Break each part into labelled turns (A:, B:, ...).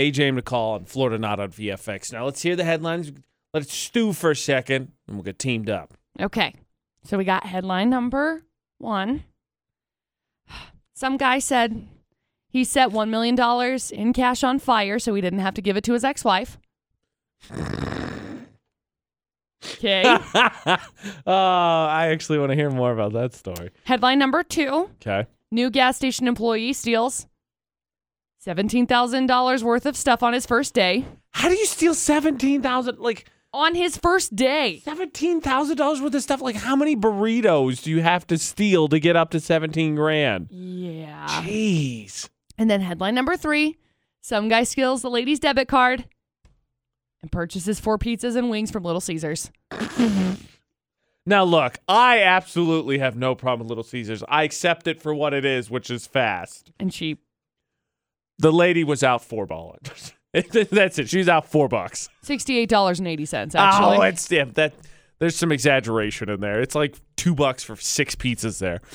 A: AJ McCall and Florida Not on VFX. Now let's hear the headlines. Let's stew for a second, and we'll get teamed up.
B: Okay. So we got headline number one. Some guy said he set $1 million in cash on fire so he didn't have to give it to his ex wife. Okay.
A: oh, I actually want to hear more about that story.
B: headline number two
A: Okay.
B: New gas station employee steals $17,000 worth of stuff on his first day.
A: How do you steal seventeen thousand? Like
B: On his first day.
A: seventeen thousand dollars worth of stuff. Like how many burritos do you have to steal to get up to seventeen grand?
B: Yeah.
A: Jeez.
B: And then headline number three some guy steals the lady's debit card and purchases four pizzas and wings from Little Caesars.
A: Now look, I absolutely have no problem with Little Caesars. I accept it for what it is, which is fast.
B: And she,
A: The lady was out four balling. That's it. She's out four bucks.
B: $68.80, actually.
A: Oh, it's yeah, that. There's some exaggeration in there. It's like two bucks for six pizzas there.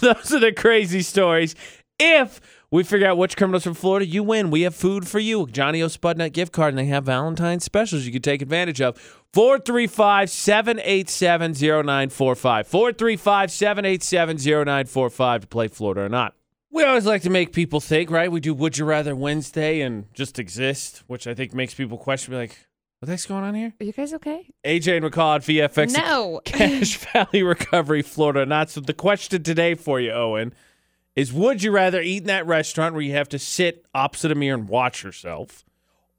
A: Those are the crazy stories. If we figure out which criminals from Florida, you win. We have food for you. Johnny O. Spudnut gift card, and they have Valentine's specials you can take advantage of. 435 787 0945. 435 787 0945 to play Florida or not. We always like to make people think, right? We do Would You Rather Wednesday and just exist, which I think makes people question, be like, what the heck's going on here?
B: Are you guys okay?
A: AJ and McCall at VFX.
B: No.
A: Cash Valley Recovery, Florida. Not so. The question today for you, Owen, is: Would you rather eat in that restaurant where you have to sit opposite a mirror and watch yourself,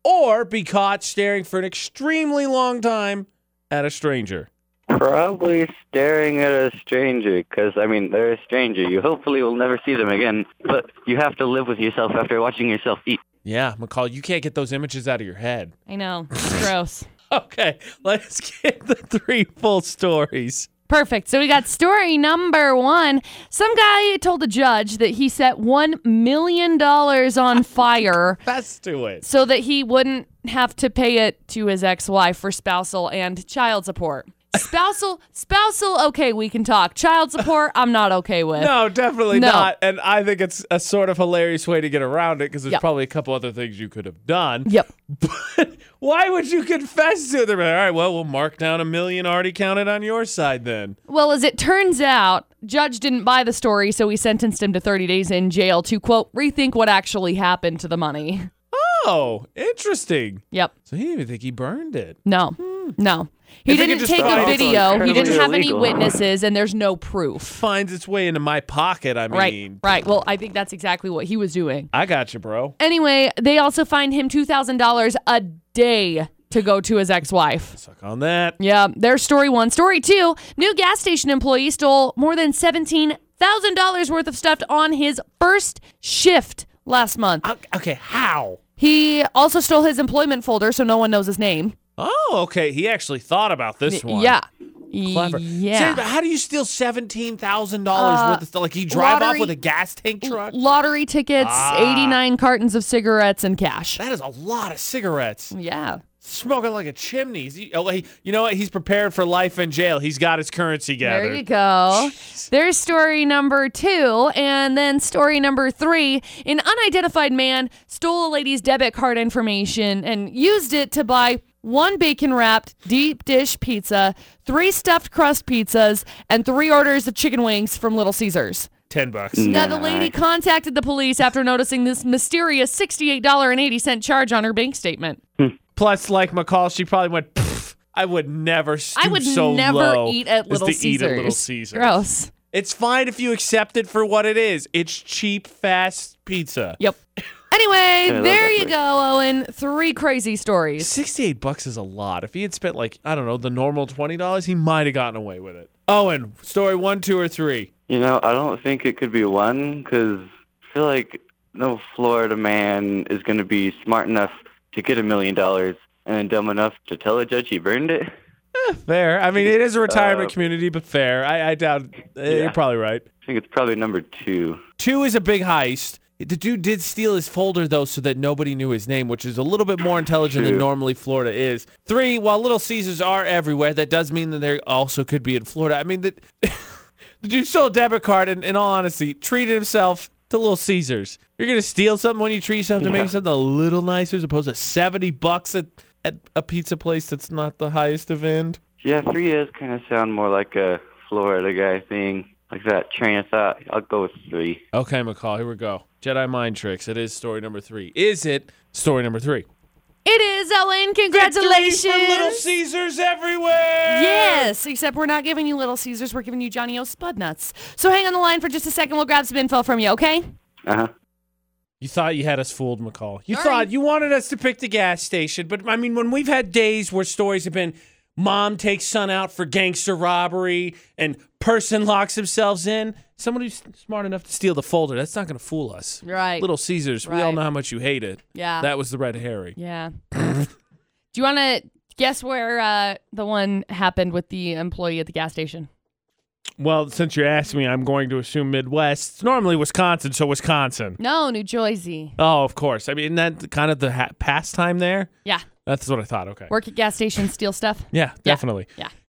A: or be caught staring for an extremely long time at a stranger?
C: Probably staring at a stranger, 'cause I mean, they're a stranger. You hopefully will never see them again, but you have to live with yourself after watching yourself eat.
A: Yeah, McCall, you can't get those images out of your head.
B: I know. It's gross.
A: Okay, let's get the three full stories.
B: Perfect. So we got story number one. Some guy told a judge that he set $1 million on fire
A: Let's do it.
B: so that he wouldn't have to pay it to his ex-wife for spousal and child support. Spousal, spousal, okay, we can talk. Child support, I'm not okay with.
A: No, definitely
B: No.
A: not. And I think it's a sort of hilarious way to get around it because there's
B: Yep.
A: probably a couple other things you could have done.
B: Yep.
A: But why would you confess to it? They're like, all right, well, we'll mark down a million already counted on your side then.
B: Well, as it turns out, judge didn't buy the story, so he sentenced him to 30 days in jail to quote rethink what actually happened to the money.
A: Oh, interesting.
B: Yep.
A: So he didn't even think he burned it.
B: No. No. He
A: Hmm. If they could
B: didn't
A: just
B: take
A: find
B: a
A: it, it's
B: video. He didn't
C: incredibly
B: have any
C: illegal.
B: witnesses, and there's no proof.
A: Finds its way into my pocket. I
B: Right.
A: mean,
B: Right. Well, I think that's exactly what he was doing.
A: I got you, bro.
B: Anyway, they also fined him $2,000 a day to go to his ex wife.
A: Suck on that.
B: Yeah, there's story one. Story two new gas station employee stole more than $17,000 worth of stuff on his first shift last month.
A: O- Okay, how?
B: He also stole his employment folder, so no one knows his name.
A: Oh, okay. He actually thought about this one.
B: Yeah.
A: Clever.
B: Yeah.
A: Seriously, how do you steal seventeen thousand
B: Uh,
A: dollars worth of stuff? Like you drive
B: lottery-
A: off with a gas tank truck?
B: Lottery tickets,
A: Ah.
B: 89 cartons of cigarettes, and cash.
A: That is a lot of cigarettes.
B: Yeah.
A: Smoking like a chimney. Is he- oh, he- you know what? He's prepared for life in jail. He's got his currency gathered.
B: There you go. There's story number two. And then story number three an unidentified man stole a lady's debit card information and used it to buy one bacon wrapped deep dish pizza, three stuffed crust pizzas, and three orders of chicken wings from Little Caesars.
A: 10 bucks.
B: Now, the lady contacted the police after noticing this mysterious $68.80 charge on her bank statement.
A: Plus, like McCall, she probably went, "Pff, I would never stoop
B: I would
A: so
B: never
A: low
B: eat at
A: as
B: Little
A: to
B: Caesars.
A: eat at Little Caesars.
B: Gross.
A: It's fine if you accept it for what it is. It's cheap, fast pizza.
B: Yep. Anyway,
C: love
B: there
C: that
B: you
C: place.
B: go, Owen. Three crazy stories.
A: 68 bucks is a lot. If he had spent like, I don't know, the normal $20, he might have gotten away with it. Owen, story one, two, or three.
C: You know, I don't think it could be one, 'cause I feel like no Florida man is going to be smart enough to get a million dollars and then dumb enough to tell a judge he burned it.
A: Fair. I mean, it is a retirement
C: Uh,
A: community, but fair. I, I doubt uh, you're
C: Yeah.
A: probably right.
C: I think it's probably number two.
A: Two is a big heist. The dude did steal his folder though, so that nobody knew his name, which is a little bit more intelligent than
C: True.
A: normally Florida is. Three, while Little Caesars are everywhere, that does mean that they also could be in Florida. I mean, the, the dude stole a debit card, and in all honesty, treated himself to Little Caesars. You're gonna steal something when you treat yourself to
C: Yeah.
A: make something a little nicer, as opposed to seventy bucks at, at a pizza place that's not the highest of end.
C: Yeah, three A's kind of sound more like a Florida guy thing, like that train of thought. I'll go with three.
A: Okay, McCall, here we go. Jedi mind tricks. It is story number three. Is it story number three?
B: It is Ellen.
A: Victory for Little
B: Congratulations.
A: Caesars everywhere.
B: Yes, except we're not giving you Little Caesars. We're giving you Johnny O. Spud Nuts. So hang on the line for just a second. We'll grab some info from you, okay?
C: Uh huh.
A: You thought you had us fooled, McCall. You
B: Sorry.
A: thought you wanted us to pick the gas station, but I mean, when we've had days where stories have been mom takes son out for gangster robbery and person locks themselves in, someone who's smart enough to steal the folder, that's not going to fool us.
B: Right.
A: Little Caesars, we all
B: Right.
A: know how much you hate it.
B: Yeah.
A: That was the red herring.
B: yeah. Do you want to guess where uh, the one happened with the employee at the gas station?
A: Well, since you asked me, I'm going to assume Midwest. It's normally Wisconsin, so Wisconsin.
B: No, New Jersey.
A: Oh, of course. I mean, that kind of the ha- pastime there.
B: Yeah.
A: That's what I thought. Okay.
B: Work at gas station, steal stuff.
A: Yeah, definitely.
B: Yeah.